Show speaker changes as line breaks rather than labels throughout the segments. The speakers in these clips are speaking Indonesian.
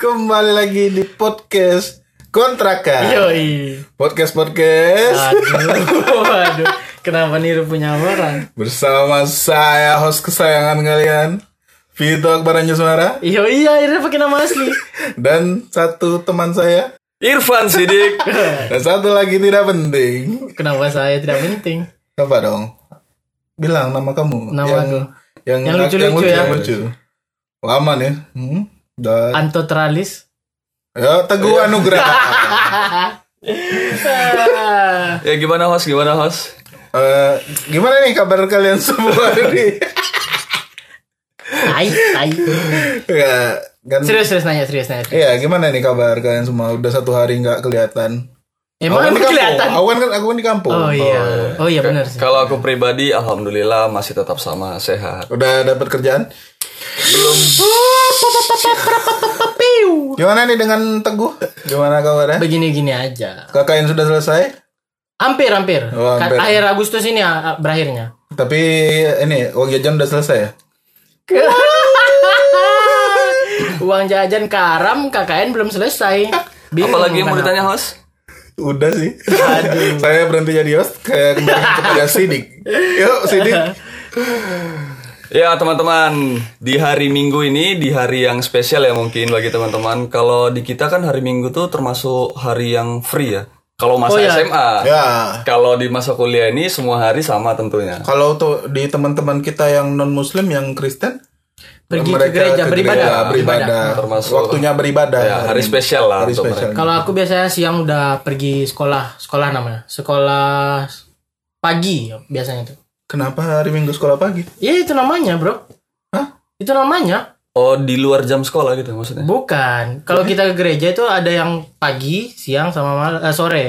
Kembali lagi di podcast kontrakan.
Yoi. Nah.
Podcast podcast
Aduh, aduh. Kenapa niru punya orang?
bersama saya host kesayangan kalian Vito Akbar Anjasmara
Iya iya, ini pakai nama asli.
dan satu teman saya
Irfan Sidik.
dan satu lagi tidak penting.
Kenapa saya tidak penting?
Apa dong? Bilang nama kamu.
Nama
yang,
aku.
yang
Yang lucu-lucu ya.
yang lucu. Lama nih. Hmm? Dan
Anto Tralis.
ya Teguh
Iya.
Anugrah.
Ah,
ya gimana host? Gimana host?
Eh, gimana nih kabar kalian semua nih?
Tai, tai.
ya, kan
Serius serius nanya, serius nanya. serius.
Iya, gimana nih kabar kalian semua? Udah satu hari nggak kelihatan.
Emang
Awan
emang
di kampung.
Oh, kelihatan.
Awan kan aku kan di kampung.
Oh iya. Oh iya benar sih.
Kalau aku pribadi, alhamdulillah masih tetap sama sehat.
Udah dapat kerjaan? Belum. Gimana nih dengan Teguh? Gimana kabarnya?
Begini-gini aja.
KKN sudah selesai,
Hampir hampir.
Oh, hampir.
Ka- Akhir Agustus ini ah, ah, berakhirnya.
tapi ini uang jajan udah selesai ya.
Uang jajan karam KKN belum selesai. Bingung
Apalagi yang mau
kan
ditanya host?
Udah sih. Saya berhenti jadi host kayak kembali kepada Sidik. Yuk Sidik.
Ya teman-teman, di hari Minggu ini di hari yang spesial ya mungkin bagi teman-teman. Kalau di kita kan hari Minggu tuh termasuk hari yang free ya. Kalau masa
Oh, ya.
SMA.
Ya.
Kalau di masa kuliah ini semua hari sama tentunya.
Kalau tuh di teman-teman kita yang non Muslim, yang Kristen,
Pergi ke
mereka
gereja
ke
beribadah.
gereja, beribadah.
Termasuk-
Waktunya beribadah.
Ya, hari spesial lah
Hari
untuk
spesial.
Kalau aku biasanya siang udah pergi sekolah, sekolah namanya, sekolah pagi biasanya tuh.
Kenapa hari Minggu sekolah pagi?
Ya itu namanya bro.
Hah?
Itu namanya
Oh di luar jam sekolah gitu maksudnya?
bukan. Kalau kita ke gereja itu ada yang pagi, siang, sama mal- eh, sore.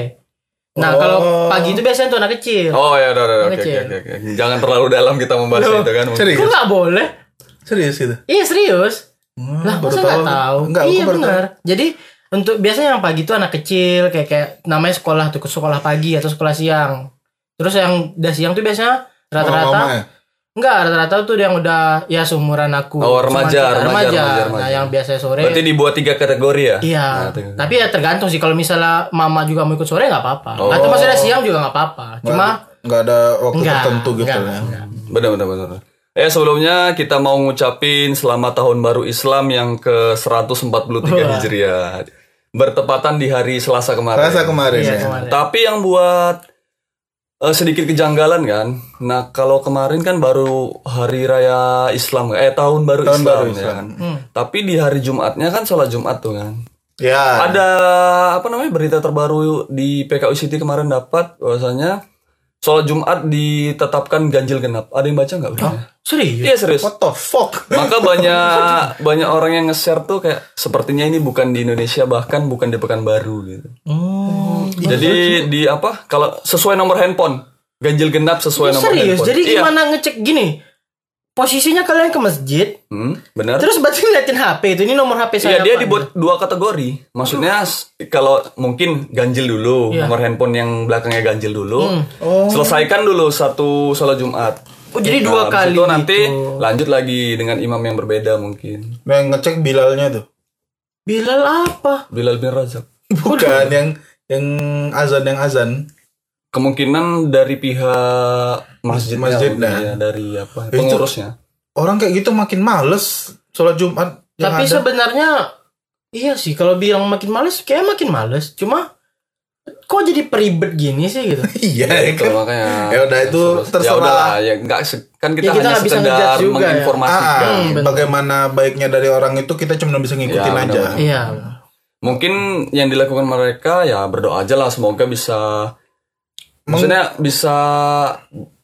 Nah
Oh.
kalau pagi itu biasanya tuh anak kecil.
Oh ya udah udah udah, oke
Kecil.
oke, oke, oke. Jangan terlalu dalam kita membahas itu kan. mungkin.
Serius?
Kok nggak boleh?
Serius itu?
Iya serius.
Hmm,
Lah
baru
masa nggak tahu?
Enggak, aku
iya
baru tahu.
benar. Jadi untuk biasanya yang pagi itu anak kecil kayak kayak namanya sekolah tuh sekolah pagi atau sekolah siang. Terus yang udah siang tuh biasanya
Mama-mama
rata-rata
ya?
enggak rata-rata tuh yang udah ya seumuran aku.
Oh,
Cuman
remaja,
kita-
remaja, remaja, remaja.
Nah, yang biasanya sore.
Berarti dibuat tiga kategori ya?
Iya,
Nah, tiga-
tapi ya tergantung sih kalau misalnya mama juga mau ikut sore nggak apa-apa.
Oh.
Atau maksudnya siang juga nggak apa-apa. Cuma
enggak ada waktu
enggak,
tertentu gitu
enggak,
ya.
enggak.
Benar benar benar. Eh sebelumnya kita mau ngucapin selamat tahun baru Islam yang ke 143 Hijriah. Bertepatan di hari Selasa kemarin.
Rasa kemarin
Iya,
ya.
kemarin.
Tapi yang buat eh, sedikit kejanggalan kan. Nah, kalau kemarin kan baru hari raya Islam eh tahun baru
Tahun
Islam
baru
ya
Islam.
kan. Tapi di hari Jumatnya kan sholat Jumat tuh kan.
Ya.
Ah.
Ada apa namanya berita terbaru di PKU City kemarin dapat bahwasanya sholat Jumat ditetapkan ganjil genap. Ada yang baca nggak? beritanya?
serius.
Iya serius.
What the fuck?
Maka banyak banyak orang yang nge-share tuh kayak sepertinya ini bukan di Indonesia bahkan bukan di Pekanbaru gitu.
Mm-hmm.
Jadi di apa? Kalau sesuai nomor handphone, ganjil genap sesuai nomor
Ya, serius.
handphone.
Jadi
Iya.
gimana ngecek gini? Posisinya kalian ke masjid,
Hmm, benar.
Terus berarti ngeliatin HP itu ini nomor HP saya.
Iya dia
Pak.
dibuat dua kategori. Maksudnya s- kalau mungkin ganjil dulu
Iya.
nomor handphone yang belakangnya ganjil
gitu?
dulu.
Hmm.
Selesaikan dulu satu sholat Jumat. Nah,
Oh, jadi dua
habis
kali gitu.
Itu nanti lanjut lagi dengan imam yang berbeda mungkin.
Yang ngecek bilalnya tuh.
Bilal apa?
Bilal bin Razak.
Bukan yang yang azan yang azan.
Kemungkinan dari pihak masjid
Masjidnya.
dari apa
Itu-
pengurusnya.
Orang kayak gitu makin males sholat Jumat. yang ada.
Tapi sebenarnya iya sih kalau bilang makin males kayak makin males. Cuma kok jadi peribet gini sih gitu.
iya ya
Betul,
kan?
makanya.
Ya udah, itu terserah.
Ya udahlah, ya enggak se- kan kita,
Ya, kita
hanya
nggak bisa
sekedar
ngejudge juga ya.
Ah,
menginformasikan.
Hmm, bener.
bagaimana baiknya dari orang itu kita cuma bisa ngikutin
kan. Ya,
aja.
bener-bener.
iya.
Mungkin yang dilakukan mereka ya berdoa aja lah semoga bisa maksudnya bisa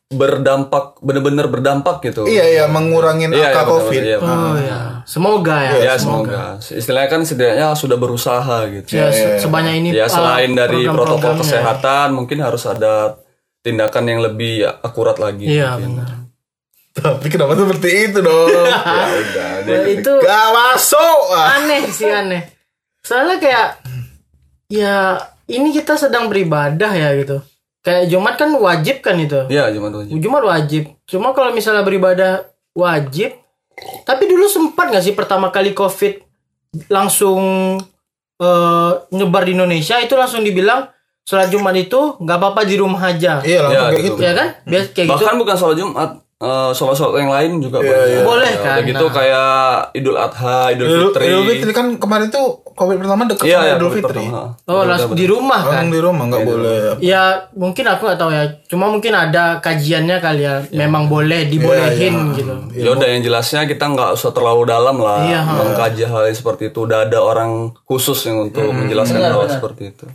berdampak bener-bener berdampak gitu.
Iya iya mengurangi
Iya,
angka
iya,
COVID.
betul-betul, iya.
Oh ya. Semoga ya.
Ya, semoga. Istilahnya kan setidaknya sudah berusaha gitu.
Ya, se- sebanyak ini uh,
Ya selain dari protokol
program-programnya.
kesehatan mungkin harus ada tindakan yang lebih akurat lagi.
Iya,
mungkin.
benar.
Tapi kenapa seperti itu dong? ya udah, dia
Nah,
ketik-
itu
gak masuk. Ah.
aneh sih aneh. Soalnya kayak ya ini kita sedang beribadah ya gitu. Kayak Jumat kan wajib kan itu.
Iya, cuma tuh.
Jumat wajib. Cuma kalau misalnya beribadah wajib, tapi dulu sempat nggak sih pertama kali COVID langsung eh, nyebar di Indonesia itu langsung dibilang sholat Jumat itu nggak apa-apa di rumah aja.
Iya langsung
Ya,
kayak
gitu.
gitu.
Ya kan? Biasa kayak gitu.
Bahkan bukan sholat Jumat, eh, sholat-sholat yang lain juga
Iya,
banyak.
iya.
Boleh,
Ya,
kan?
Udah gitu
Nah.
kayak Idul Adha, Idul
Idul
Fitri.
Idul Fitri kan kemarin tuh Covid pertama dekat
Iya,
sama
ya,
Idul Fitri.
Oh, langsung di rumah
Orang
kan.
di rumah nggak
Iya.
boleh.
Ya mungkin aku nggak tahu ya. Cuma mungkin ada kajiannya kali ya. Memang boleh dibolehin gitu.
Ya udah yang jelasnya kita nggak usah terlalu dalam lah
Iya,
mengkaji hal yang seperti itu. Udah ada orang khusus yang untuk menjelaskan hal seperti itu.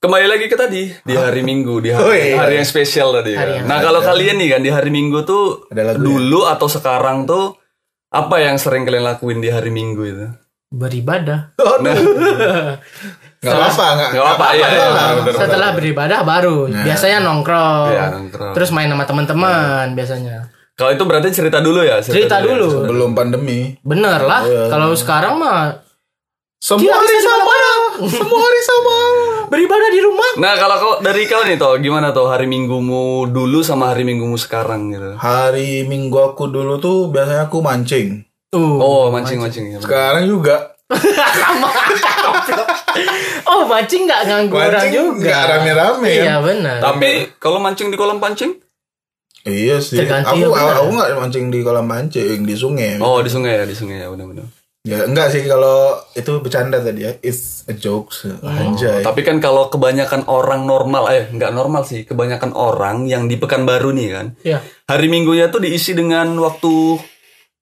Kembali lagi ke tadi di hari Minggu di hari,
Oh, iya.
hari yang spesial tadi. kan. nah kalau kalian nih kan di hari Minggu tuh
Ada lagu
dulu atau sekarang tuh apa yang sering kalian lakuin di hari Minggu itu?
Beribadah.
Nah,
Nggak apa-apa, nggak
nggak apa-apa ya. ya, bener-bener.
Setelah beribadah baru biasanya nongkrong.
Iya, nongkrong.
Terus main sama teman-teman biasanya.
Kalau itu berarti cerita dulu ya.
Iya, Cerita dulu.
Belum pandemi.
Bener lah. Kalau sekarang mah
Semua hari
bisa
sama.
kemana-mana.
Semua hari sama.
beribadah di rumah.
Nah kalau kau dari kau nih toh gimana toh hari minggumu dulu sama hari minggumu sekarang gitu.
Hari Minggu aku dulu tuh biasanya aku mancing.
Tuh.
Oh mancing mancing. ya.
Sekarang juga
Oh mancing nggak ganggu orang
mancing
juga.
nggak rame-rame.
Iya
ya.
benar.
Tapi kalau mancing di kolam pancing?
Iya sih.
Terganti
Aku
ya, bener.
aku nggak mancing di kolam mancing di sungai.
Oh di sungai ya di sungai ya benar-benar.
Ya enggak sih kalau itu bercanda tadi ya. It's a joke.
Oh.
Anjay.
Tapi kan kalau kebanyakan orang normal, eh nggak normal sih, kebanyakan orang yang di Pekanbaru nih kan,
Iya.
hari minggunya tuh diisi dengan waktu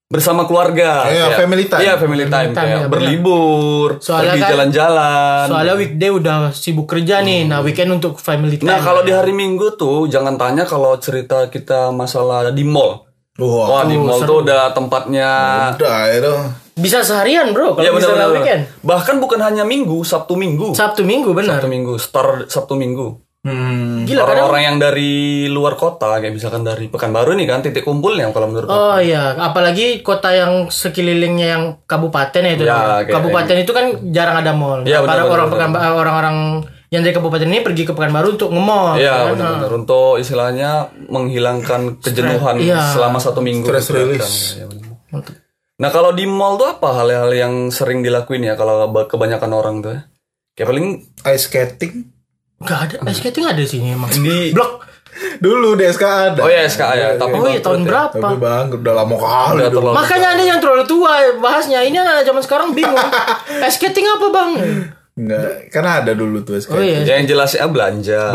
bersama keluarga.
Iya,
Kayak-
family time.
Iya family time,
time,
kayak
ya, benar.
berlibur,
Soalnya
pergi
kan-
jalan-jalan.
Soalnya weekday udah sibuk kerja nih. Nah weekend untuk family time.
Nah kalau di hari minggu tuh jangan tanya kalau cerita kita masalah di mall.
Wah, oh.
Wah di mall tuh udah tempatnya.
udah itu.
bisa seharian bro kalau
Ya
misalnya
benar-benar.
weekend.
Bahkan bukan hanya minggu, Sabtu minggu.
Sabtu Minggu benar.
Sabtu minggu, star Sabtu minggu.
Hmm.
Gila kadang
Orang-orang yang dari luar kota, kayak misalkan dari Pekanbaru nih kan, titik kumpulnya kalau menurut aku.
Oh iya, apalagi kota yang sekelilingnya yang kabupaten ya itu.
Ya,
namanya.
kayak-
kabupaten itu kan jarang ada mall.
Ya,
Para
benar,
orang
benar,
pekan eh, orang-orang yang dari kabupaten ini pergi ke Pekanbaru untuk nge-mall. kan?
Iya benar-benar untuk istilahnya menghilangkan kejenuhan
Iya.
selama satu minggu.
Stress
Diperhatikan.
release.
Iya, benar. Nah kalau di mall tuh apa hal-hal yang sering dilakuin ya kalau kebanyakan orang tuh? ya? Kayak paling
Ice skating
Enggak ada ice skating ada di sini emang.
di
Blok.
dulu di SK ada.
Oh ya SKA ya, tapi
Oh iya tahun berapa?
Tapi bang, udah lama kali.
udah terlalu
Makanya ada yang terlalu tua bahasnya. Ini anak zaman sekarang bingung. ice skating apa, Bang?
Enggak, karena ada dulu tuh SK.
Oh iya.
Ya, yang jelas ya belanja.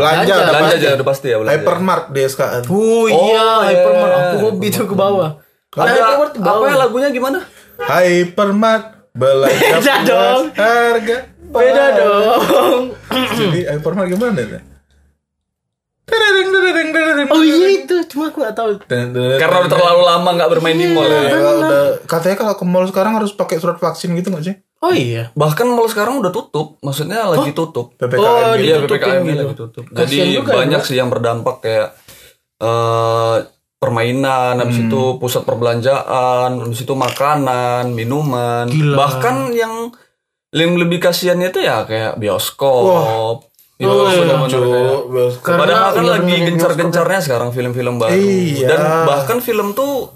Belanja,
Belanja,
udah
Belanja
pasti.
aja udah pasti ya belanja.
Hypermart di SK.
Oh iya,
iya.
hypermart. Aku hobi tuh ke bawah. Nah,
Ada
hypermart ke
apa
bawah.
ya lagunya gimana?
Hypermart belanja
Beda
puas,
dong.
harga
Beda
pas.
dong.
Jadi Hypermart gimana ya? Dereng, dereng, dereng,
Oh iya itu, cuma aku nggak tahu.
dereng, dereng.
Karena udah terlalu lama nggak bermain
Iya.
di mall. ya.
Ya, udah katanya kalau ke mall sekarang harus pakai surat vaksin gitu nggak sih?
Oh iya.
Bahkan mall sekarang udah tutup, maksudnya lagi tutup.
PPKM
Oh,
gitu.
Iya
ditutupin
PPKM
gitu.
lagi tutup. Jadi
Kasian juga ya,
banyak sih yang berdampak kayak eh permainan, habis
Hmm.
itu pusat perbelanjaan, habis itu makanan, minuman,
Gila.
bahkan yang yang lebih kasihannya itu ya kayak bioskop. Itu bener-bener kayak-
Cuk, bioskop.
Oh, iya, Karena
Padahal kan
bener-bener
lagi
yang
gencar-gencarnya sekarang film-film baru.
Iya.
Dan bahkan film tuh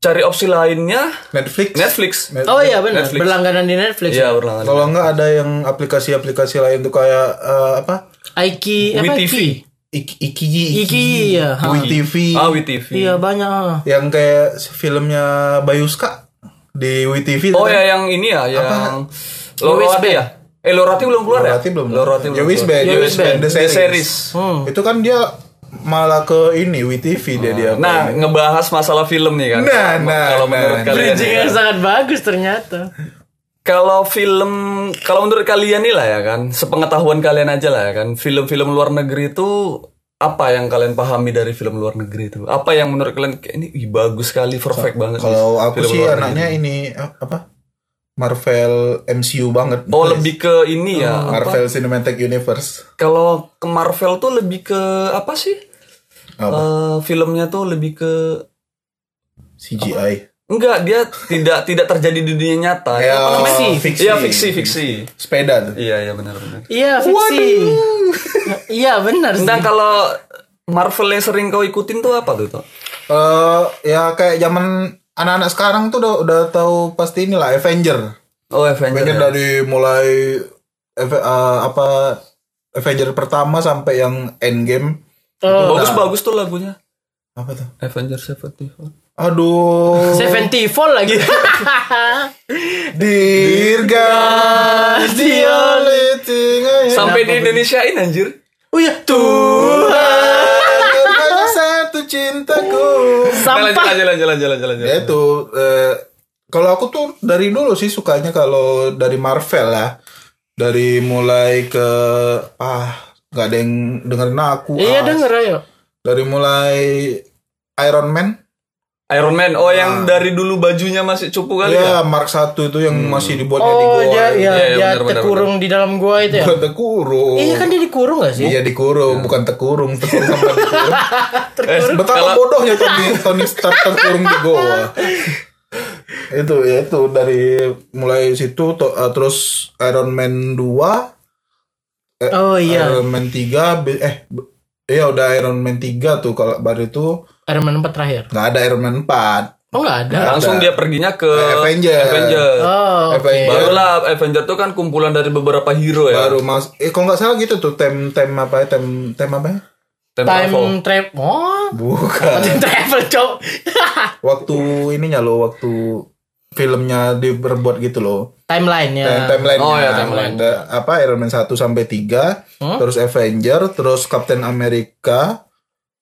cari opsi lainnya
Netflix.
Netflix.
Net-
Oh iya benar.
Netflix.
Berlangganan di Netflix.
Iya berlangganan.
Kalau nggak ada yang aplikasi-aplikasi lain tuh kayak eh, apa?
Aiki apa
WeTV.
Aiki?
Ik- Ikiji,
Iki ya. ha.
WeTV,
Ah, WeTV.
Iya banyak. ha.
yang kayak filmnya Bayuska di WeTV.
Oh
kan?
ya yang ini ya yang Lorati ya. Eh Lorati belum keluar ya?
Berarti belum.
Lorati belum.
Ya Wis
keluar.
Band,
Ya,
ya
Wis
Wis
Band.
Band, The
The
Series.
series.
Hmm.
Itu kan dia malah ke ini WeTV dia dia.
Nah, ngebahas masalah film nih kan.
Nah, nah,
kalau
nah.
menurut kalian. ya.
Bridging yang Iya, sangat bagus ternyata.
Kalau film kalau menurut kalian nih lah ya kan, sepengetahuan kalian aja lah ya kan, film-film luar negeri itu apa yang kalian pahami dari film luar negeri itu? Apa yang menurut kalian kayak ini ih, bagus sekali, perfect banget.
kalau
nih,
aku
film
sih
luar
anaknya ini eh, apa? Marvel MCU banget.
negeri. Oh, lebih ke ini ya. apa?
Marvel Cinematic Universe.
Kalau ke Marvel tuh lebih ke apa sih?
Apa?
Eh, filmnya tuh lebih ke
CGI.
Enggak, dia tidak tidak terjadi di dunia nyata.
Ya,
Apa namanya?
fiksi.
Iya, fiksi, fiksi.
Sepeda tuh.
Iya, iya benar benar.
Iya fiksi. Iya benar sih.
Tentang kalau Marvel yang sering kau ikutin tuh apa tuh, Tok?
Eh ya kayak zaman anak-anak sekarang tuh udah udah tahu pasti inilah Avenger.
Oh, Avenger.
Avenger
ya.
dari mulai Ave- eh, apa Avenger pertama sampai yang Endgame.
Oh,
Bagus-bagus tuh lagunya.
Apa tuh?
Avenger Sevenfold.
Aduh,
74 lagi.
Dirga, the only thing I have.
Sampai di Indonesiain anjir.
Iya, oh iya tuh.
Hanya satu cintaku.
Nah, lanjut
Sampah.
lanjut lanjut lanjut lanjut. lanjut.
Iya.
Ya itu. eh, kalau aku tuh dari dulu sih sukanya kalau dari Marvel ya. Dari mulai ke ah nggak ada yang dengerin aku.
Iya
ah.
denger ayo.
Dari mulai Iron Man.
Iron Man, oh
Ah.
yang dari dulu bajunya masih cupu kali
Iya.
ya?
Ya, Mark 1 itu yang masih dibuat jadi
Oh,
gua.
dia ya,
Iya, iya,
dia
benar, benar,
terkurung di dalam gua itu ya.
Bukan tekurung.
Iya kan dia dikurung gak sih?
Iya dikurung, bukan tekurung, tekurung sama dikurung.
Eh,
Betapa
kalau
bodohnya Tony, Tony Stark terkurung di goa. itu ya itu dari mulai situ to- eh, terus Iron Man 2, Eh,
Oh iya.
Iron Man 3 be- eh be- iya udah Iron Man 3 tuh kalau baru itu
Iron Man 4 terakhir.
nggak ada Iron Man 4.
Oh nggak ada.
langsung dia perginya ke
Avenger.
Avenger.
Eh,
Oh, oke.
Avenger.
Barulah Avenger tuh kan kumpulan dari beberapa hero ya.
Baru mas eh kalau nggak salah gitu tuh tem tem apa ya tem tem apa ya?
Time travel.
Time travel. Oh,
Bukan.
time travel, Cok.
waktu
Iya.
ininya loh waktu filmnya diperbuat gitu loh.
Timeline ya.
Time- timeline
Oh, ya, timeline.
apa Iron Man 1 sampai 3,
Hmm?
terus Avenger, terus Captain America,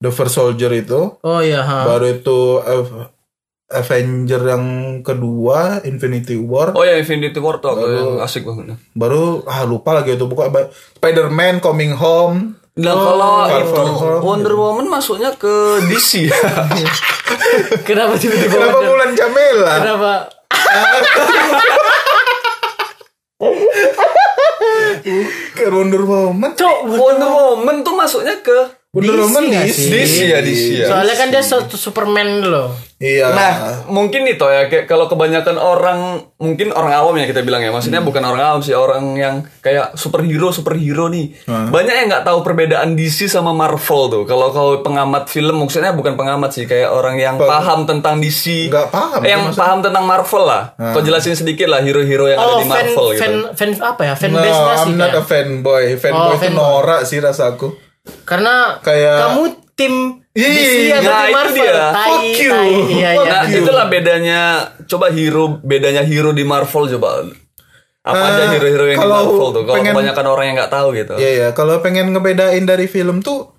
The First Soldier itu,
Oh iya, ha.
baru itu Av- Avenger yang kedua, Infinity War,
Oh ya Infinity War tuh aku yang asik banget.
baru ah lupa lagi itu buka ba- Spider-Man Coming Home.
Nah kalau
Far
itu
From Home.
Wonder Woman masuknya ke DC ya.
Kenapa tiba-tiba
Kenapa
Wonder-
bulan Jamela?
Kenapa?
Ke Wonder Woman.
Cok,
Wonder Woman tuh masuknya ke
Wonder
DC
Woman
nggak
DC.
sih?
DC ya DC ya.
soalnya kan dia su- Superman loh.
Iya.
Nah, mungkin itu ya kayak kalau kebanyakan orang mungkin orang awam ya kita bilang ya. Maksudnya
Hmm.
bukan orang awam sih, orang yang kayak superhero superhero nih. Banyak yang nggak tahu perbedaan DC sama Marvel tuh. Kalau kalau pengamat film maksudnya bukan pengamat sih, kayak orang yang paham tentang DC.
Nggak paham,
Eh, Yang paham tentang Marvel lah. Kau jelasin sedikit lah hero-hero yang ada
Oh,
di
fan,
Marvel gitu.
fan, fan, apa ya? Fan
No,
base nggak sih?
I'm not
kayak?
a fanboy. Fanboy itu
fanboy.
norak sih rasaku.
Karena
Kayak-
kamu tim
Ih,
DC atau
nah,
tim
itu
Marvel?
dia.
Tai,
Fuck you.
tai. Iya,
Fuck
iya.
Nah,
you.
itulah bedanya coba hero bedanya hero di Marvel coba. Apa aja
Eh,
hero-hero yang di
kalau
Marvel tuh? Kalau
pengen-
kebanyakan orang yang nggak tahu gitu.
Iya ya, kalau pengen ngebedain dari film tuh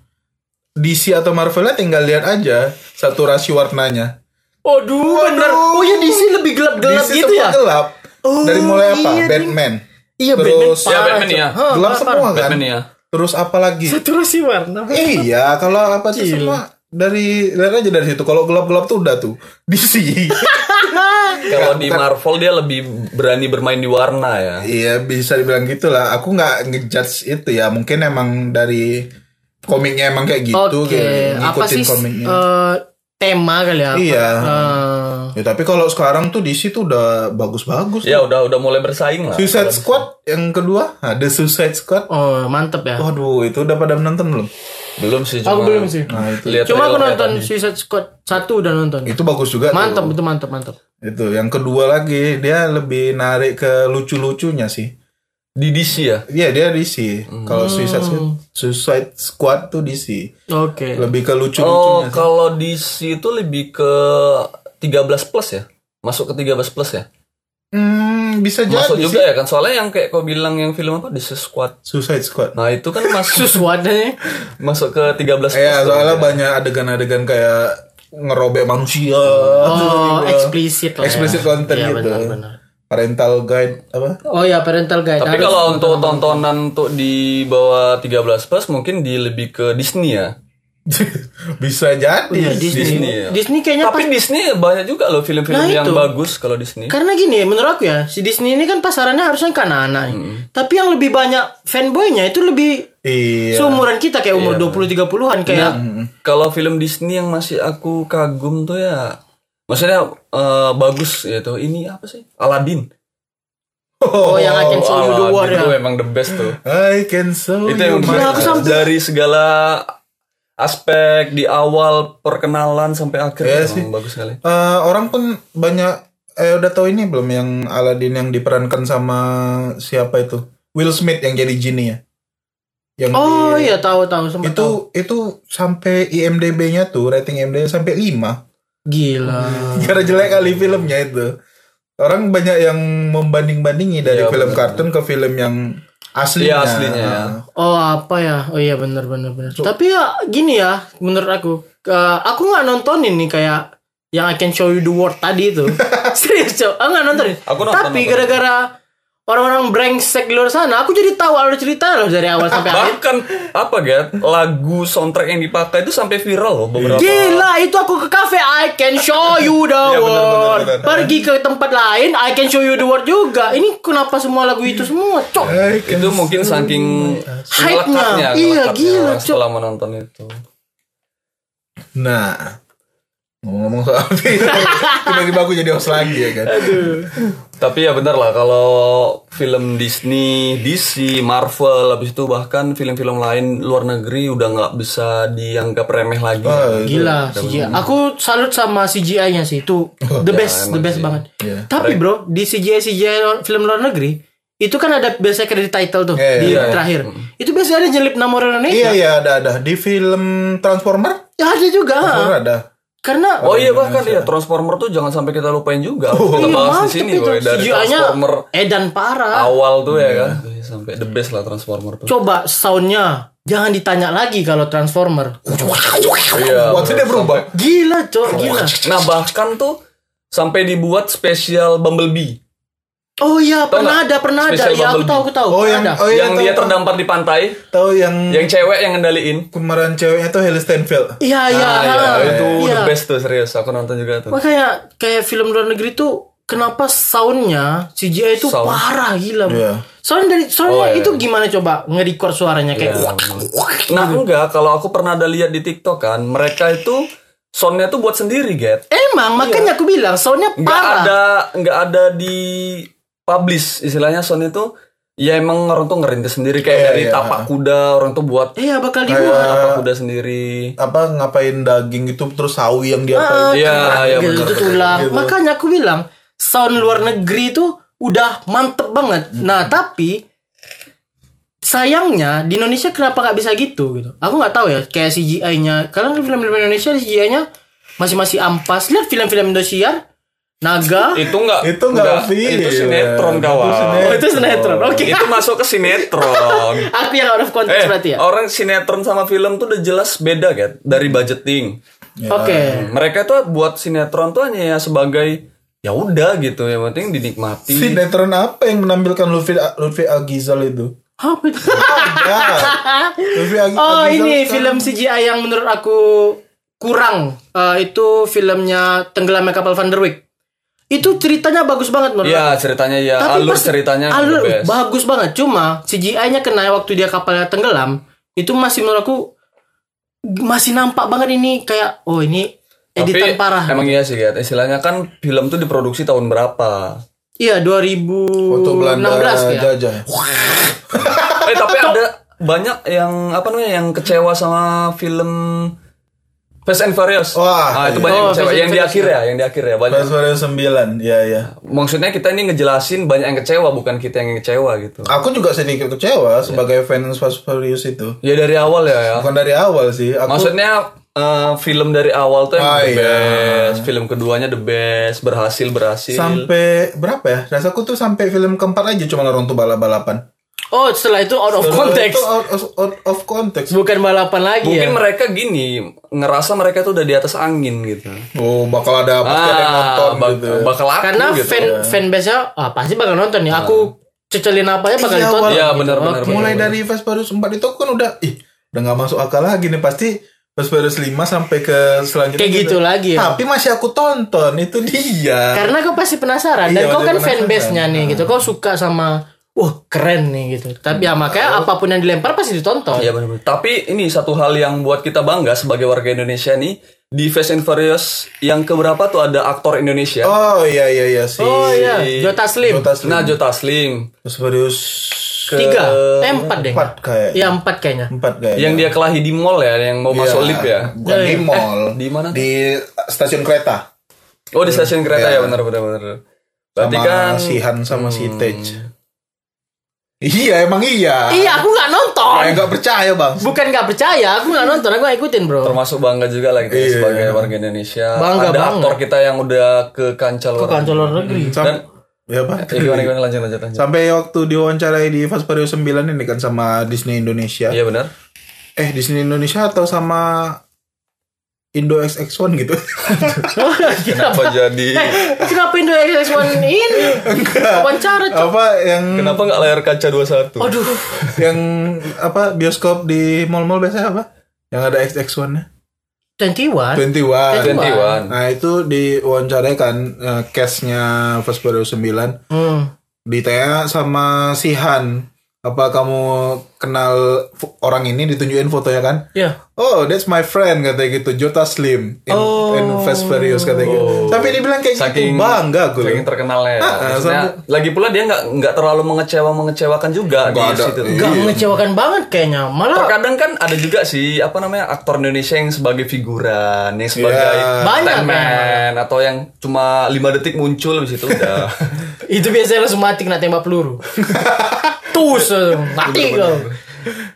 DC atau Marvelnya tinggal lihat aja saturasi warnanya.
Waduh, bener. Oh ya DC lebih gelap-gelap
DC
gitu
semua
ya?
gelap.
Oh,
dari mulai apa?
iya,
Batman.
Iya,
Terus-
Batman.
Ya,
parah,
Batman
Cok.
ya.
Hah,
gelap
parah,
semua
parah.
kan.
Batman ya.
Terus apa lagi?
Saturasi warna.
iya, kalau apa tuh
Gila.
semua dari lihat aja dari situ. Kalau gelap-gelap tuh udah tuh DC.
Kalau
Kan,
di Marvel dia lebih berani bermain di warna ya.
iya, bisa dibilang gitulah. Aku nggak ngejudge itu ya. Mungkin emang dari komiknya emang kayak gitu,
Oke,
kayak
apa
ngikutin
sih
komiknya.
eh, tema kali ya?
Iya.
Eh,
Ya, tapi kalau sekarang tuh DC tuh udah bagus-bagus.
Ya udah udah mulai bersaing lah.
Suicide Squad yang kedua ada Suicide Squad.
oh, mantep ya.
Waduh itu udah pada nonton belum?
Belum sih
Aku
cuma.
belum sih.
Nah itu
Lihat
Cuma aku
trailernya
nonton
tadi.
Suicide Squad satu udah nonton.
itu bagus juga. tuh.
Mantap itu mantap mantap.
Itu yang kedua lagi dia lebih narik ke lucu-lucunya sih.
di DC ya.
Iya dia DC. Kalau
Hmm.
Suicide Squad, Suicide Squad tuh DC.
Oke.
Lebih ke
Oh,
lucu-lucunya. sih.
kalau DC itu lebih ke 13 plus ya. Masuk ke 13 plus ya.
Hmm, bisa jadi
Masuk juga
sih.
ya kan soalnya yang kayak kau bilang yang film apa DC Squad.
Suicide Squad.
Nah, itu kan masuk
Sesuatu
masuk ke 13 plus.
Iya
tuh.
soalnya banyak adegan-adegan kayak ngerobek manusia. eh,
Oh, eksplisit lah. ya.
Explicit content
Iya,
gitu.
benar, benar.
Parental guide apa?
Oh ya parental guide.
Tapi
Harus
kalau
nonton.
untuk tontonan untuk di bawah 13 plus mungkin di lebih ke Disney ya.
bisa jadi
Iya,
sih.
Disney.
Disney
Disney,
ya.
kayaknya
Tapi
Iya, pas-
Disney banyak juga loh film-film
Nah,
yang
itu.
bagus kalau Disney.
karena gini menurut aku ya si Disney ini kan pasarannya harusnya ke anak-anak. ya. Tapi yang lebih banyak fanboynya itu lebih
Iya.
seumuran kita kayak umur 20 30-an kayak
Nah.
Mm-hmm.
Kalau film Disney yang masih aku kagum tuh ya, maksudnya eh, bagus yaitu ini apa sih? Aladdin.
oh yang I can show you the
oh,
world
Aladdin
ya. iya,
tuh emang the best tuh.
I can show
Itu
you
yang the best.
aku sampai-
dari segala aspek di awal perkenalan sampai akhir
Iya
emang
sih.
bagus sekali.
Eh, orang pun banyak eh udah tahu ini belum yang Aladdin yang diperankan sama siapa itu? Will Smith yang jadi genie ya. Yang
Oh
di-
iya tahu tahu sempat
itu
tahu.
itu sampai IMDb-nya tuh rating IMDb sampai 5.
gila.
Karena jelek kali filmnya itu. Orang banyak yang membanding-bandingi dari
Iya,
film
benar.
kartun ke film yang aslinya.
Iya, aslinya, ya.
Oh apa ya? Oh iya benar benar benar.
So-
Tapi ya gini ya menurut aku, Eh, aku nggak nontonin nih kayak yang I can show you the world tadi itu. Serius cok, aku nggak nontonin.
Aku nonton,
Tapi
nonton.
gara-gara orang-orang brengsek di luar sana, aku jadi tahu alur cerita loh dari awal sampai akhir.
Bahkan apa Gat, lagu soundtrack yang dipakai itu sampai viral loh beberapa.
Gila, itu aku ke kafe I can show you the
Iya, benar, benar,
world.
benar.
Pergi ke tempat lain I can show you the world juga. Ini kenapa semua lagu itu semua, cok?
I can
Itu mungkin saking
Hype-nya.
melekatnya,
Iya,
melekatnya
gila,
orang
Cok.
setelah menonton itu.
Nah, ngomong-ngomong soal film, tiba-tiba aku jadi host lagi ya kan.
Tapi ya bener lah kalau film Disney, DC, Marvel, habis itu bahkan film-film lain luar negeri udah nggak bisa dianggap remeh lagi.
Oh, itu.
Gila CGI. Aku salut sama CGI-nya sih. Itu
Oh, ya,
the best, the best banget.
Iya.
Tapi bro, di CGI CGI luar- film luar negeri itu kan ada biasanya kredit title tuh
Iya,
di
iya,
iya.
terakhir. Itu biasanya ada nyelip nama orang
Iya,
Indonesia.
iya ada ada di film Transformer.
Ya, ada juga.
Iya,
Transformer ada.
Karena
Oh iya bahkan ya Transformer tuh jangan sampai kita lupain juga. kita
Oh.
iya,
bahas di
mantep
sini
itu.
woy. dari
CGI-nya
Transformer
edan parah.
awal tuh
Iya.
ya kan. Wih, Sampai the best lah Transformer tuh.
Coba soundnya jangan ditanya lagi kalau Transformer.
Iya,
Waktu dia berubah.
Gila, cok, gila.
Nah bahkan tuh sampai dibuat spesial Bumblebee
Oh iya,
Tau
pernah
nggak?
ada, pernah ada.
Spesial
Ya, aku
Bumblebee.
tahu, aku tahu.
Oh
Pernah
yang
ada.
oh iya,
yang eh,
tahu,
dia
tahu.
terdampar di pantai,
tahu yang,
yang cewek yang ngendaliin.
kemarin ceweknya tuh Haley Steinfeld.
Iya, iya.
Ah, iya,
ah,
itu
iya.
the best tuh serius. Aku nonton juga tuh.
Makanya kayak film luar negeri tuh kenapa soundnya CGI itu
Sound.
parah gila. bro.
Iya.
Sound dari soundnya
Oh, iya.
itu gimana coba nge-record suaranya kayak
Iya. Nah enggak, kalau aku pernah ada lihat di TikTok kan, mereka itu soundnya tuh buat sendiri, get.
Emang makanya aku bilang soundnya
Enggak
parah.
Iya. ada, enggak ada di publish istilahnya sound itu. Ya emang orang tuh ngerintis sendiri kayak
Iya,
dari
iya.
tapak kuda orang tuh buat
Iya bakal dibuat.
tapak kuda sendiri.
Apa ngapain daging itu terus sawi yang dia apain.
Iya, iya
gitu,
benar.
itu tulang. Makanya aku bilang sound luar negeri itu udah mantep banget.
Hmm.
Nah tapi sayangnya di Indonesia kenapa nggak bisa gitu gitu? Aku nggak tahu ya kayak CGI-nya. Kalian kan film-film Indonesia CGI-nya masih-masih ampas. Lihat film-film Indosiar, Naga.
Itu enggak
Itu nggak film.
itu sinetron
Itu
kawan.
sinetron.
Oh, itu sinetron. Oke.
Itu masuk ke sinetron.
Aku yang out of context
Eh,
berarti ya.
orang sinetron sama film tuh udah jelas beda, get. Dari budgeting.
Oke.
mereka tuh buat sinetron tuh hanya ya sebagai ya udah gitu yang penting dinikmati
Sinetron apa yang menampilkan Lutfi Lutfi Agizal itu?
Apa itu?
Ya. Lutfi Ag-
Oh
Agizal
ini
sekarang-
film CGI yang menurut aku kurang Eh, itu filmnya tenggelamnya kapal Van der Wijk. Itu ceritanya bagus banget menurut aku.
ya ceritanya ya alur
pas-
ceritanya
Iya, alur
the best.
bagus banget. Cuma CGI-nya kena waktu dia kapalnya tenggelam itu masih menurut aku masih nampak banget ini kayak oh ini editan
tapi
parah.
emang iya sih Gat. istilahnya kan film tuh diproduksi tahun berapa
Iya
waktu Belanda
2016 ya.
jajah.
eh tapi ada banyak yang apa namanya yang kecewa sama film Fast and Furious
Wah,
ah,
iya.
itu banyak
Oh,
yang kecewa
Fast and
yang di
Furious,
akhir ya yang di akhir ya banyak
Fast Furious 9. Iya, iya.
maksudnya kita ini ngejelasin banyak yang kecewa bukan kita yang kecewa gitu
Aku juga sedikit
Ya.
kecewa sebagai fans Fast Furious itu.
ya dari awal ya, ya.
Bukan dari awal sih. Aku
Maksudnya eh, film dari awal tuh yang
Ah,
the
iya.
best, film keduanya the best, berhasil berhasil.
sampai berapa ya? Rasaku tuh sampai film keempat aja cuma orang tuh balap-balapan.
Oh setelah itu out of context
Itu out, of- out of context.
bukan balapan lagi
Mungkin
ya.
mereka gini ngerasa mereka tuh udah di atas angin gitu.
Oh, bakal ada pasti ada yang nonton
Ah, bak-
gitu.
bakal laku
Karena
gitu.
fan fanbase-nya ah, pasti bakal nonton ya. Aku cecelin apa ya bakal
Iya,
nonton.
wal-
Iya, benar-benar,
Oke.
Mulai
benar-benar.
dari Fast Furious 4 itu aku kan udah ih, udah nggak masuk akal lagi nih pasti Fast Furious 5 sampai ke selanjutnya.
Kayak gitu lagi ya.
Tapi masih aku tonton, itu dia.
Karena kau pasti penasaran dan
Iya,
kau
pasti
kan
penasaran.
fanbase-nya nih gitu. Kau suka sama wah keren nih gitu. Tapi ya makanya apapun yang dilempar pasti ditonton.
Iya benar-benar. Tapi ini satu hal yang buat kita bangga sebagai warga Indonesia nih di Fast and Furious yang keberapa tuh ada aktor Indonesia.
Oh iya iya iya sih.
Oh iya, Jota Slim.
Jota Slim.
Nah, Jota Slim.
Fast Furious
ke
tiga eh empat deh
Empat kayak.
ya empat kayaknya
Empat kayak.
yang dia kelahi di mall ya, yang
Iya.
mau masuk Iya, lift ya.
Bukan
Ya,
di
ya.
mall.
di mana tuh?
Di stasiun kereta.
Oh di stasiun kereta
Iya.
ya benar benar benar. Berarti
Sama
kan
si Han sama si
Hmm.
Tej. Iya emang iya.
iya aku nggak nonton
Kayak nggak percaya bang.
bukan nggak percaya aku nggak nonton aku nggak ikutin bro
termasuk bangga juga lah
Oh.
kita ya
Iya.
sebagai warga Indonesia.
Bangga
Ada
banget.
aktor kita yang udah ke kancah
ke
luar.
kantor luar negeri
Sam-
Dan
ya bang.
ya, gimana gimana lanjut lanjut lanjut.
Sampai waktu diwawancarai di Fast Furious 9 ini kan sama Disney Indonesia.
Iya benar.
Eh Disney Indonesia atau sama Indo XX1 gitu.
Kenapa jadi?
Eh,
Eh.
kenapa Indo XX1 ini wawancara cok
apa yang
Kenapa nggak layar kaca 21?
Oh,
aduh
yang apa bioskop di mall-mall biasanya apa? Yang ada XX1-nya.
21
21.
21.
Nah, itu diwawancarai kan eh, case-nya Fast Furious 9
hmm.
oh ditanya sama Sihan apa kamu kenal fo- orang ini ditunjukin fotonya kan
ya
oh that's my friend katanya gitu Jota Slim in,
Oh.
in Fast Furious katanya gitu
Oh.
tapi dibilang kayak gitu
Saking-
bangga gue
Saking terkenalnya ya.
Ah, ah,
Maksudnya,
sampai-
lagi pula dia nggak nggak terlalu mengecewa mengecewakan juga
Nggak
di
ada.
situ.
Gak mengecewakan banget kayaknya Malah
Terkadang kan ada juga sih apa namanya aktor Indonesia yang sebagai figuran, yang sebagai
Iya. kan.
Banyak
stuntman, atau yang cuma lima detik muncul habis itu udah.
Itu biasanya langsung mati kena tembak peluru Tus Mati kau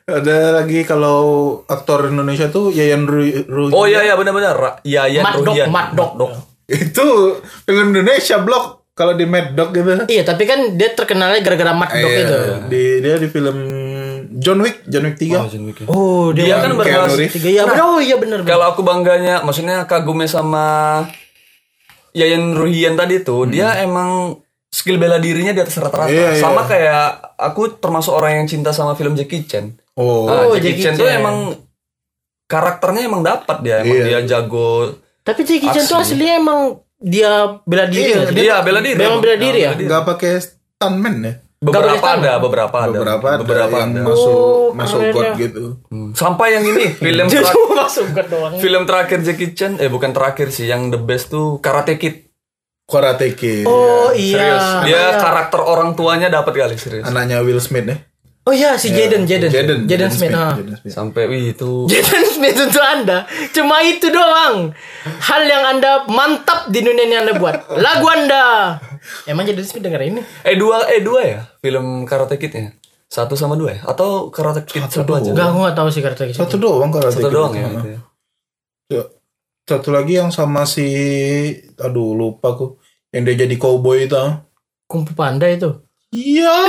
ada lagi kalau aktor Indonesia tuh Yayan Ru- Ru-
oh iya iya benar-benar Ra- Yayan
Mad Dog,
Ruhian.
Mad Dog.
itu film Indonesia blok kalau di Mad Dog gitu
Iya tapi kan dia terkenalnya gara-gara Mad Dog
Iya,
itu
di dia di film John Wick John Wick 3
Oh
Dia kan
Keanu
berhasil.
Reeves.
Tiga ya bener Oh iya bener bener.
Kalau aku bangganya, maksudnya kagumnya sama Yayan Ruhian tadi
Hmm.
tuh, dia emang skill bela dirinya di atas rata-rata.
Iya, iya.
Sama kayak aku termasuk orang yang cinta sama film Jackie Chan.
oh
Ah,
Oh, Jackie
Jackie, Chan tuh
Chan.
emang karakternya emang dapat dia, emang
Iya.
dia jago.
Tapi Jackie Chan tuh
Asli.
aslinya emang Dia bela diri
Iya,
nggak sih?
Dia bela diri.
Memang bela diri ya?
nggak pakai stuntman ya
Gak
Beberapa
boleh
ada, beberapa ada.
beberapa ada iya.
Beberapa
yang
ada.
masuk
Oh,
masuk
keren
got
ya.
gitu
Hmm. Sampai yang ini film
Dia
terak-
cuma masuk ke doang
film terakhir Jackie Chan, eh bukan terakhir sih, yang the best tuh Karate Kid.
Karate Kid
Oh iya
Serius, dia
Iya.
karakter orang tuanya dapat kali serius.
anaknya Will Smith ya
Oh iya si Jaden Jaden
Jaden
Jaden Smith ah.
Jaden Smith.
Sampai wih itu
Jaden Smith untuk anda Cuma itu doang Hal yang anda mantap di dunia ini anda buat Lagu anda Emang Jaden Smith denger ini?
eh dua eh dua ya film Karate Kid-nya. Satu sama dua ya? Atau Karate Kid satu, aja?
Enggak, aku gak tahu sih kartu lagi
satu doang Karate
Satu
Kid.
doang ya.
Ah.
itu ya.
Ya. satu lagi yang sama si aduh lupa aku yang dia jadi cowboy itu ah.
Kumpu Panda itu
iya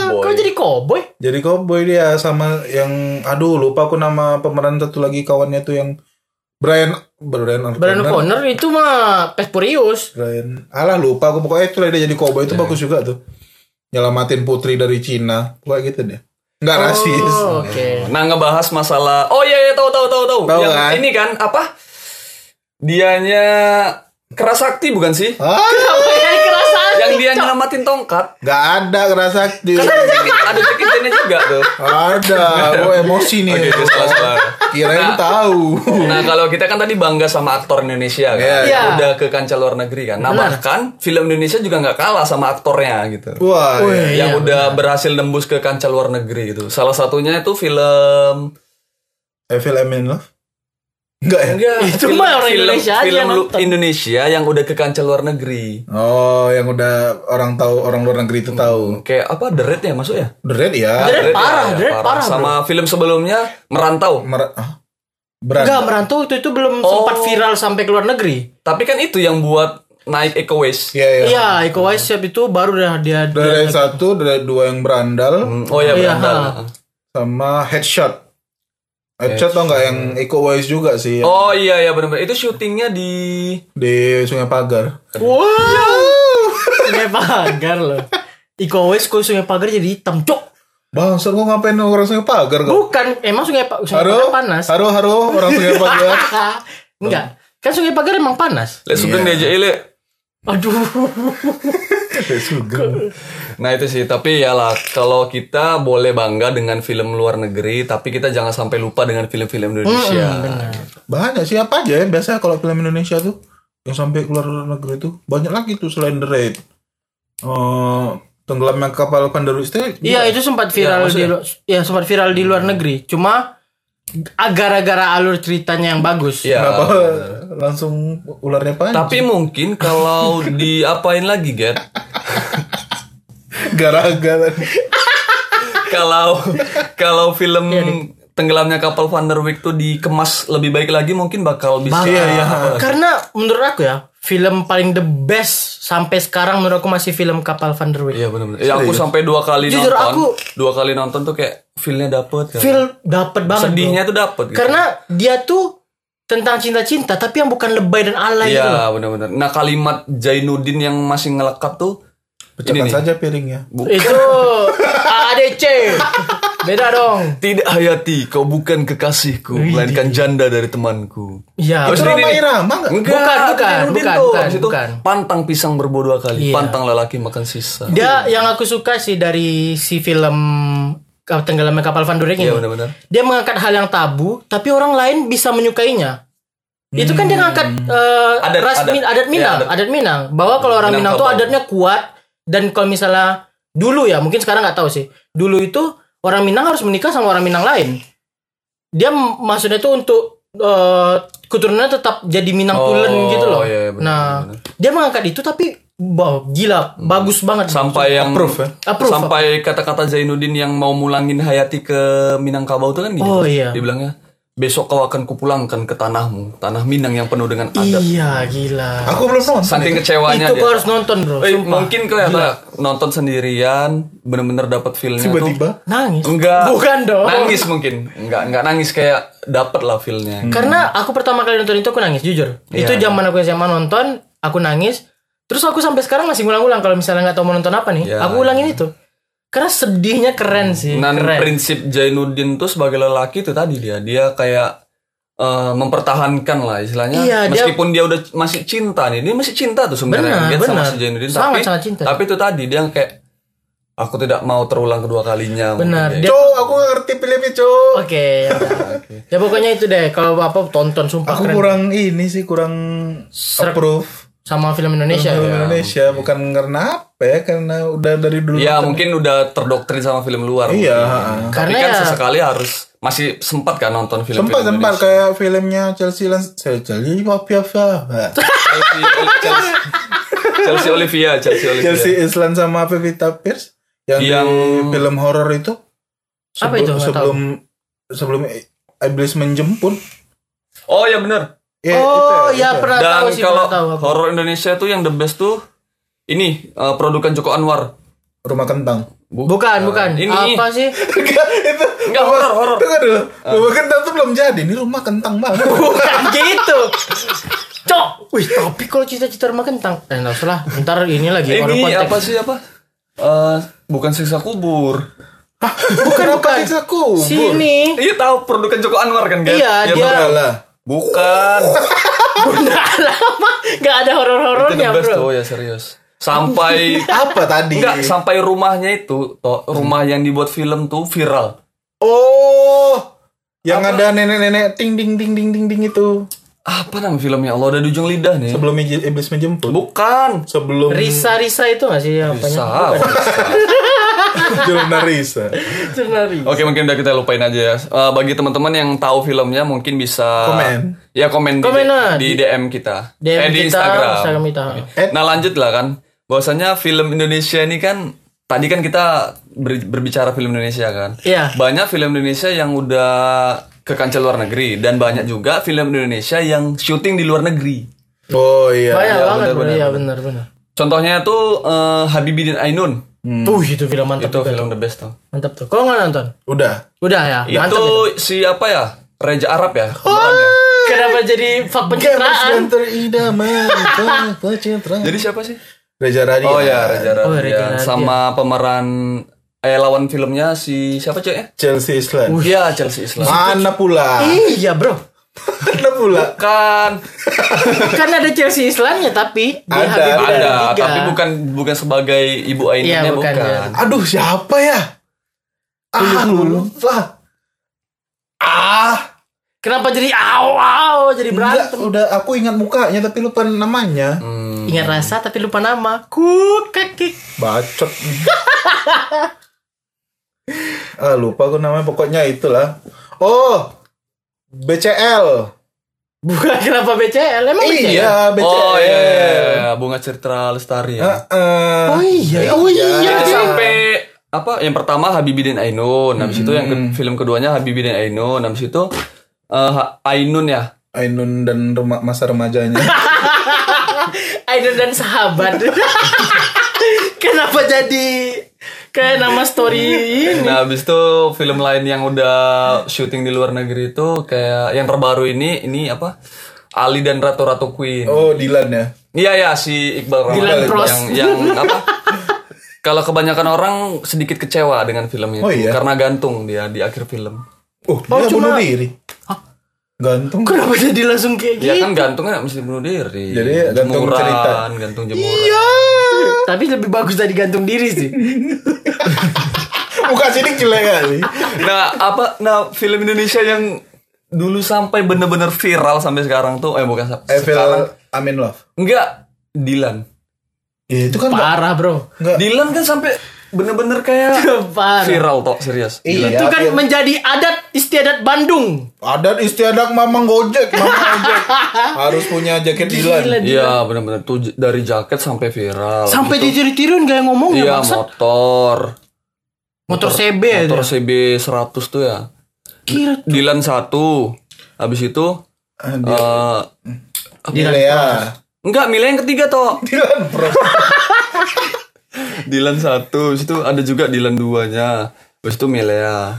Cowboy.
Kok jadi cowboy?
Jadi cowboy dia sama yang aduh lupa aku nama pemeran satu lagi kawannya tuh yang Brian Brian O'Connor.
Brian O'Connor itu mah Pespurius
Brian. Alah lupa aku pokoknya itu lah dia jadi cowboy
Iya.
itu bagus juga tuh. Nyelamatin putri dari Cina. Pokoknya gitu deh. Enggak rasis.
Oh, Oke
Nah ngebahas masalah Oh iya iya tahu tahu tahu tahu.
Tahu
Yang
kan?
ini kan apa? Dianya Kerasakti bukan sih?
Ah,
Apa yang kerasaan?
Yang dia nyelamatin tongkat.
enggak ada kerasa di
Ada Jackie Chan-nya juga tuh.
ada. Gue emosi nih.
Oke, oke, salah salah.
Kirain tahu.
Nah kalau kita kan tadi bangga sama aktor Indonesia kan,
Iya,
iya.
udah ke kancah luar negeri kan. Nah bahkan film Indonesia juga nggak kalah sama aktornya gitu.
Wah. ya.
Wih.
yang udah berhasil nembus ke kancah luar negeri gitu. Salah satunya itu film
Evil I'm in love. Enggak ya?
enggak
Itu mah orang Indonesia aja
film
yang
lu-
nonton.
Indonesia yang udah ke kancah luar negeri.
Oh, yang udah orang tahu orang luar negeri itu tahu.
Kayak apa The Raid ya masuk ya?
The Red ya.
The Raid Eh,
Red ya,
parah,
ya,
The Raid parah,
Sama film sebelumnya Merantau.
Mer- ah? Beran.
Enggak merantau itu, itu belum sempat viral sampai ke luar negeri
Tapi kan itu yang buat naik Eko Waste.
Iya, iya.
Iya Iko Uwais siap itu baru dah
Udah
dia, dia
Ada yang satu, udah ada dua yang berandal,
Hmm, Oh ya,
Iya, ha.
Berandal.
sama headshot. Headshot tau nggak yang Iko Uwais juga sih
Oh iya ya benar-benar itu syutingnya di
di Sungai Pagar.
Wow Sungai Pagar loh Iko Uwais kok Sungai Pagar jadi hitam cok
Bangsat gua ngapain orang Sungai Pagar kok?
Bukan, emang sungai, pa sungai
Haro,
Pagar Uh, panas.
haro, haro, orang Sungai Pagar.
Enggak, kan sungai Pagar emang panas.
Lek Sugeng E,
Iya.
diajak Lek.
Aduh.
Sugeng.
Nah itu sih, tapi ya lah kalau kita boleh bangga dengan film luar negeri, tapi kita jangan sampai lupa dengan film-film Indonesia.
Banyak siapa aja ya biasanya kalau film Indonesia tuh yang sampai keluar luar negeri tuh banyak lagi tuh selain The Raid. Eh, tenggelamnya kapal Pandaru itu
Iya itu sempat viral di lu- ya sempat viral di luar negeri. Cuma ah, gara-gara alur ceritanya yang bagus.
Ya,
kenapa langsung ularnya pan
tapi mungkin kalau diapain lagi, Get?
gara-gara
Kalau kalau film
Iya,
tenggelamnya kapal Van der Wijk tuh dikemas lebih baik lagi mungkin bakal bisa
Iya, iya.
Karena menurut aku ya film paling the best sampai sekarang menurut aku masih film Kapal Van der Wijk.
Iya benar-benar. Ya aku sampai dua kali
Jujur,
nonton.
aku-
dua kali nonton tuh kayak feel-nya dapet kan.
Feel dapet banget.
Sedihnya
bro.
tuh dapet gitu.
Karena dia tuh tentang cinta-cinta tapi yang bukan lebay dan alay gitu.
Iya benar-benar. Nah kalimat Jainuddin yang masih ngelekat tuh
pecahkan saja piringnya
Itu ADC. Beda dong.
tidak hayati kau bukan kekasihku melainkan janda dari temanku.
Iya.
itu ramai
ini, ini.
irama nggak
Bukan,
itu
bukan,
Jainuddin
bukan,
tuh.
bukan,
Habis itu,
bukan.
gitu.
Iya.
Pantang pisang berbau dua kali. Pantang lelaki makan sisa.
Dia yang aku suka sih dari si film Kap- Tenggelamnya Kapal Van Durek ini.
Iya benar-benar.
dia mengangkat hal yang tabu, tapi orang lain bisa menyukainya. Itu kan dia ngangkat eh,
Hmm. Adat,
ras
adat.
min- adat Minang,
Iya, adat.
adat Minang. Bahwa kalau orang Minang,
Minang
tuh
Kabau.
adatnya kuat dan kalau misalnya dulu ya, mungkin sekarang nggak tahu sih. Dulu itu orang Minang harus menikah sama orang Minang lain. Dia m- maksudnya tuh untuk eh, keturunannya tetap jadi Minang
Oh,
Tulen gitu loh.
iya, benar,
nah,
benar.
dia mengangkat itu tapi wow, gila,
Hmm.
bagus banget.
Sampai yang
Approve, ya?
Approve,
sampai kata-kata Zainuddin yang mau mulangin Hayati ke Minangkabau tuh kan gitu.
Oh, iya.
Dibilangnya besok kau akan kupulangkan ke tanahmu, tanah Minang yang penuh dengan adat.
Iya, gila.
aku belum nonton
Saking
itu.
kecewanya
itu
dia.
kau harus nonton, Bro.
Eh,
Sumpah.
mungkin kau ya Tara, nonton sendirian, bener-bener dapat feelnya tuh.
tiba-tiba
Nangis.
Enggak.
Bukan dong.
Nangis mungkin. Enggak, enggak nangis kayak dapat lah feelnya.
Karena aku pertama kali nonton itu aku nangis jujur.
Iya.
Itu zaman aku SMA nonton, aku nangis. Terus aku sampai sekarang masih ngulang-ulang kalau misalnya nggak tahu mau nonton apa nih,
Iya.
aku ulangin itu. Karena sedihnya keren sih.
Nah,
Iya, keren.
prinsip Jainuddin tuh sebagai lelaki itu tadi dia, dia kayak eh, mempertahankan lah istilahnya.
Iya, dia-
Meskipun dia, udah c- masih cinta nih, dia masih cinta
Benar,
tuh sebenarnya dia sama
benar.
si Jainuddin.
Sangat,
tapi,
sangat cinta.
Tapi itu tadi dia kayak aku tidak mau terulang kedua kalinya.
Benar.
mungkin
Dia-
Cok, aku nggak ngerti filmnya cok
Oke. ya udah. ya pokoknya itu deh. Kalau apa tonton sumpah
aku
keren.
kurang ini sih kurang
Serak.
approve
sama film
Iya,
Indonesia.
Film Indonesia bukan karena apa ya karena udah dari dulu
Ya, Ya, mungkin udah terdoktrin sama film luar.
Iya,
mungkin.
ha-ha.
Tapi
Karena
kan
ya-
sesekali harus masih sempat kan nonton film
sempat sempat kayak filmnya Chelsea Lans Chelsea Mafia
Iya. Chelsea, Chelsea, Chelsea Olivia, Chelsea Olivia.
Chelsea Islan sama Pevita Pierce yang, di
Yang-
film horor itu Sebelum-
Apa itu? Nggak
sebelum sebelum iblis menjemput
Oh ya benar.
Ya,
oh
itu
ya,
itu
pernah tahu
Dan
sih pernah
kalau
tahu. aku.
horor Indonesia tuh yang the best tuh ini eh, produkan Joko Anwar. Eh,
rumah kentang
Bukan, bukan.
Nah, Ini.
Apa sih?
itu
Enggak horor horor. Ah.
tunggu dulu rumah kentang tuh belum jadi ini rumah kentang banget
Bukan gitu. Cok. Wih, tapi kalau cita-cita rumah kentang, eh enggak usah lah. Ntar ini lagi orang
Ini
kontak.
apa sih apa? Eh, bukan siksa kubur.
Bukan, bukan.
Kenapa siksa kubur?
Sini.
Iya tahu produkan Joko Anwar kan Gad?
Iya, dia-
bener.
Alah.
Bukan.
Enggak lama, enggak ada
Itu the
horor-horornya,
best
Bro.
tuh ya serius. Sampai
apa tadi
enggak sampai rumahnya itu toh, rumah yang dibuat film tuh viral.
oh yang ada nenek-nenek ting ding ding ding ding ding itu
Apa nama filmnya? Allah ada di ujung lidah nih.
sebelum ij- iblis menjemput
Bukan.
sebelum
Risa-risa itu enggak sih apanya?
Sah.
Jurnal Risa
Ternari.
Oke mungkin udah kita lupain aja ya. Eh, bagi teman-teman yang tahu filmnya mungkin bisa
Komen.
Ya komen, di-
Komen lah.
di, DM kita.
DM
eh, di
kita,
Instagram.
Instagram kita.
Oke. Nah lanjut lah kan. Bahwasanya film Indonesia ini kan tadi kan kita ber- berbicara film Indonesia kan.
Iya.
Banyak film Indonesia yang udah ke kancah luar negeri dan banyak juga film Indonesia yang syuting di luar negeri.
oh iya
Banyak
iya,
banget,
benar,
Bro.
benar,
Iya, benar, benar.
Contohnya tuh eh, Habibie dan Ainun.
Tuh, itu film mantap
Hmm. Itu
juga.
film the best tuh.
Mantap tuh. Kau nggak nonton?
udah
Udah ya, Oh. mantap.
Iya. itu
itu.
siapa ya? Reja Arab ya? Pemeran ya?
Kenapa jadi fak pencitraan?
Gamers teridaman pencitraan.
Jadi siapa sih?
Reza Radia.
Oh ya, Reja Arab.
Oh, Reza
ya.
Arab,
Sama pemeran eh lawan filmnya si siapa cek ya?
Chelsea Island.
Iya, Chelsea Islam.
Mana pula?
Iya, Bro.
Mana pula?
Bukan,
Kan ada Chelsea Islamnya tapi di
Ada,
Habib
Beda
ada,
tiga.
tapi bukan bukan sebagai ibu
Iya,
Ainunnya
bukan,
bukan.
ya.
Aduh, siapa ya? Ah, lupa. Ah,
Kenapa jadi aw aw jadi
Enggak,
berantem?
udah aku ingat mukanya tapi lupa namanya.
Hmm.
Ingat rasa tapi lupa nama. Kukakik.
Bacot. ah, lupa aku namanya pokoknya itulah. Oh, BCL.
Bukan kenapa BCL emang BCL?
Iya, BCL.
Oh iya, iya, iya. bunga cerita lestari ya.
Heeh.
Oh iya. Oh iya. Iya.
Itu sampai apa? Yang pertama Habibie dan Ainun, habis itu yang
Hmm.
ke- film keduanya Habibie dan Ainun, habis itu eh, Ha- Ainun ya.
Ainun dan rema- masa remajanya.
Idol dan sahabat. kenapa jadi kayak nama story ini?
Nah, habis itu film lain yang udah syuting di luar negeri itu kayak yang terbaru ini ini apa? Ali dan Ratu Ratu Queen.
oh, Dilan ya.
Iya ya si Iqbal
Dilan
Ramadan
Pros.
yang yang apa? Kalau kebanyakan orang sedikit kecewa dengan filmnya
Oh, iya?
itu, karena gantung dia di akhir film.
Oh, dia bunuh diri. Gantung.
Kenapa jadi langsung kayak gitu?
Ya kan gantungnya mesti bunuh diri.
Jadi, gantung
Jemuran,
cerita.
gantung
Iya.
jemuran.
Tapi lebih bagus dari gantung diri sih.
Muka sidik jelek kali.
Nah, apa nah film Indonesia yang dulu sampai bener-bener viral sampai sekarang tuh eh bukan sa- sekarang.
Evil Amin Love.
Enggak, Dilan.
Ya, itu kan
Parah bro.
Dilan kan sampai bener-bener kayak
Parah.
viral tok serius.
Iya,
Itu kan
Fir.
menjadi adat istiadat Bandung.
adat istiadat mamang gojek, mamang ojek. Harus punya jaket Dilan.
Gila,
Iya, bener-bener tuh j- dari jaket sampai viral.
Sampai ditiru-tiruin gak ngomong ya
Iya,
maksud.
motor.
Motor CB
Iya,
ya.
Motor
dia.
CB 100 tuh ya.
Kira
Dilan satu. Habis itu
Ah,
eh
Dilan ya.
enggak, milih yang ketiga toh.
Dilan bro.
Dilan satu, habis itu ada juga Dilan duanya. Habis itu Milea.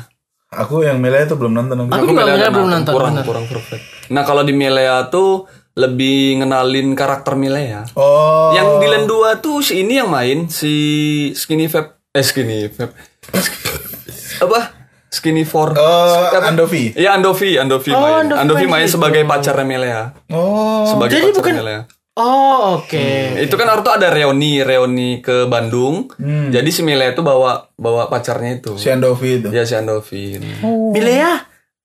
Aku yang Milea itu belum nonton.
Aku juga
Milea
Milea
kan
belum
aku
nonton,
Kurang
benar.
kurang perfect. Nah, kalau di Milea tuh lebih ngenalin karakter Milea. ya.
Oh,
Yang Dilan dua tuh si ini yang main, si Skinny Fab. Eh, Skinny Fab. apa? Skinny Four.
eh,
Apa?
Andovi.
Iya Andovi, Andovi
Oh,
main.
Andovi
Andovi
main
main
situ.
sebagai pacarnya Melea.
Oh,
Sebagai
jadi
pacarnya
bukan-
Melea.
Oh oke.
Itu kan Naruto ada reuni, reuni ke Bandung. Jadi si Melea itu bawa bawa pacarnya itu.
si Andovi itu.
Ya si Andovi.
Oh.
Hmm.
Milea, ya,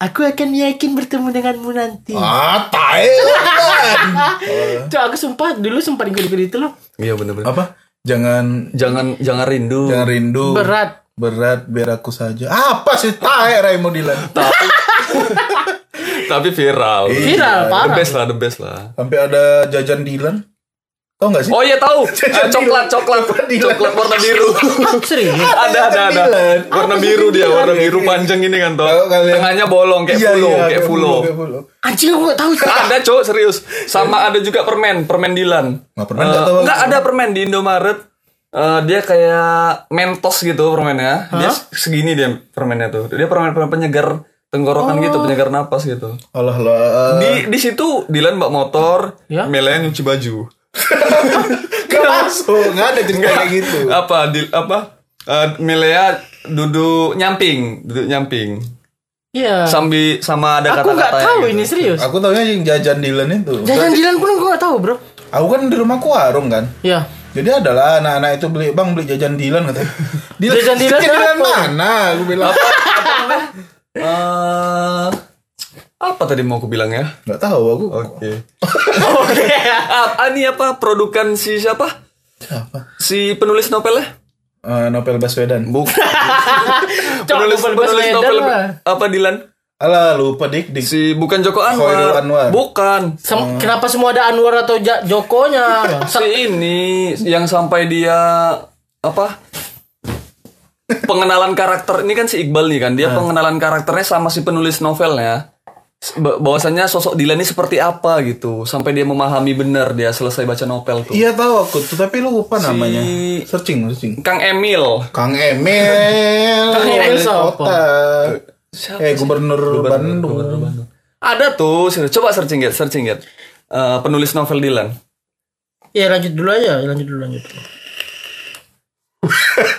aku akan yakin bertemu denganmu nanti.
Ah, tai.
Cok, aku sumpah dulu sempat ikut-ikut itu loh.
Iya bener-bener.
Apa? Iya. Jangan
Jangan jangan rindu.
jangan rindu.
Berat.
Berat biar aku saja. Apa sih tai Raimo Dilan?
Tapi viral.
Viral,
The
parah.
best lah, the best lah.
Sampai ada jajan Dilan. Tau gak sih?
Oh iya tahu. Eh, coklat, coklat, coklat warna biru.
Serius.
ada ada ada.
Dilan.
Warna biru dia, warna biru panjang ini kan toh.
Tahu kalian?
Tengahnya bolong kayak
Iya,
fulo,
iya,
kayak fulo.
kayak fulo.
Anjing aku gak tahu.
ada cowok serius sama ada juga permen permen Dilan Eh,
Nggak permen, nggak tahu.
nggak ada permen di Indomaret Eh, dia kayak mentos gitu permennya dia segini dia permennya tuh dia permen permen penyegar tenggorokan gitu penyegar napas gitu
Allah lah.
di di situ Dilan bawa motor
Ya?
Melea nyuci baju
Gak
Iya.
masuk, gak ada cerita kayak gitu.
apa di apa Eh, Melea duduk nyamping duduk nyamping
Iya.
sambil sama ada
Aku
kata-kata gitu.
gak tahu ini serius.
Aku taunya yang jajan Dylan itu.
Jajan jalan pun aku gak tahu bro.
Aku kan di rumahku warung kan.
Iya.
Jadi adalah anak-anak itu beli bang beli jajan Dylan katanya. Dylan,
Jajan Dylan
jajan Dylan
kenapa?
mana? Aku bilang
Eh, apa tadi mau aku bilang ya
nggak tahu aku.
Oke. Apa ini apa produkan si siapa?
Apa?
Si penulis novelnya?
Eh, novel Baswedan.
Bukan.
Cok,
penulis
novel
penulis
Baswedan
novel
lah.
apa Dilan?
Alah lupa dik dik.
Si bukan Joko Anwar.
Khairul Anwar.
Bukan.
Sem-
Oh.
Kenapa semua ada Anwar atau Ja- Jokonya?
Si ini yang sampai dia apa? Pengenalan karakter ini kan si Iqbal nih kan dia
Ah.
pengenalan karakternya sama si penulis novelnya. Ba- Bahwasannya sosok Dilan ini seperti apa gitu sampai dia memahami benar dia selesai baca novel tuh.
Iya tahu aku tuh tapi lupa namanya. Searching searching.
Kang Emil.
Kang Emil.
Kang Emil
wali
siapa?
kota. Eh gubernur, Bandung.
Ada tuh, serius. coba searching get, searching get. Eh, penulis novel Dylan.
Ya lanjut dulu aja, lanjut dulu lanjut.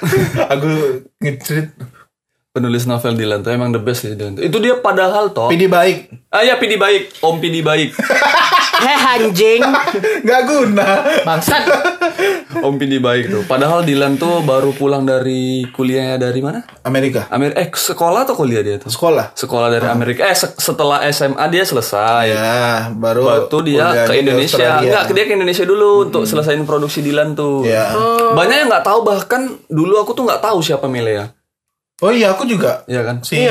aku ngecerit.
Penulis novel Dylan tuh emang the best sih Dylan. tuh. Itu dia padahal toh.
Pidi baik.
Ah ya PD baik, Om PD baik.
Heh anjing
nggak guna
Bangsat
Om Pindi baik tuh. Padahal Dilan tuh baru pulang dari kuliahnya dari mana?
Amerika
Amerika eh sekolah atau kuliah dia tuh?
sekolah Ah.
Sekolah dari Amerika. Eh se- setelah SMA dia selesai.
ya baru
Batu
kuliah
dia ke
di
Indonesia.
Australia. Hmm.
Enggak, dia ke Indonesia dulu untuk selesain produksi Dilan tuh.
ya
Banyak yang nggak tahu bahkan dulu aku tuh nggak tahu siapa Milea.
oh iya aku juga
Iya kan?
si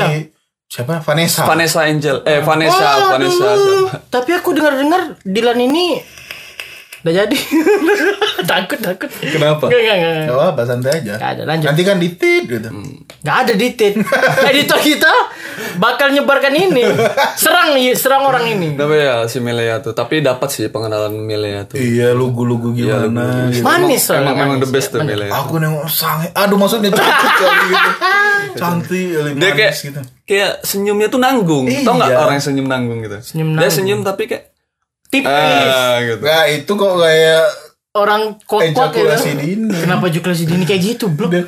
siapa Vanessa
Vanessa Angel. Eh Vanessa,
Waduh.
Vanessa. siapa?
Tapi aku dengar-dengar Dilan ini Udah jadi Takut takut
kenapa
Enggak enggak enggak
Gak apa, santai aja.
Nggak ada, lanjut.
Nanti kan ditit gitu.
Gak ada ditit Editor kita Bakal nyebarkan ini Serang nih Serang orang ini
Kenapa ya si Milea tuh? Tapi dapat sih pengenalan Milea tuh.
Iya, lugu-lugu gimana? gitu.
Manis
Emang-
soalnya,
emang, emang the
manis.
best tuh ya. Milea.
Aku nengok sange. Aduh, maksudnya cantik kali gitu. Cantik, manis
dia kayak
gitu.
kayak senyumnya tuh nanggung tau nggak
Iya.
orang yang senyum nanggung gitu
Senyum
dia
nanggung. Iya.
senyum tapi kayak
Tipis
ah gitu
Nah, itu kok kayak
Orang
eh,
kuat-kuat
ejakulasi
gitu.
dini.
Kenapa ejakulasi dini kayak gitu blok
Dia-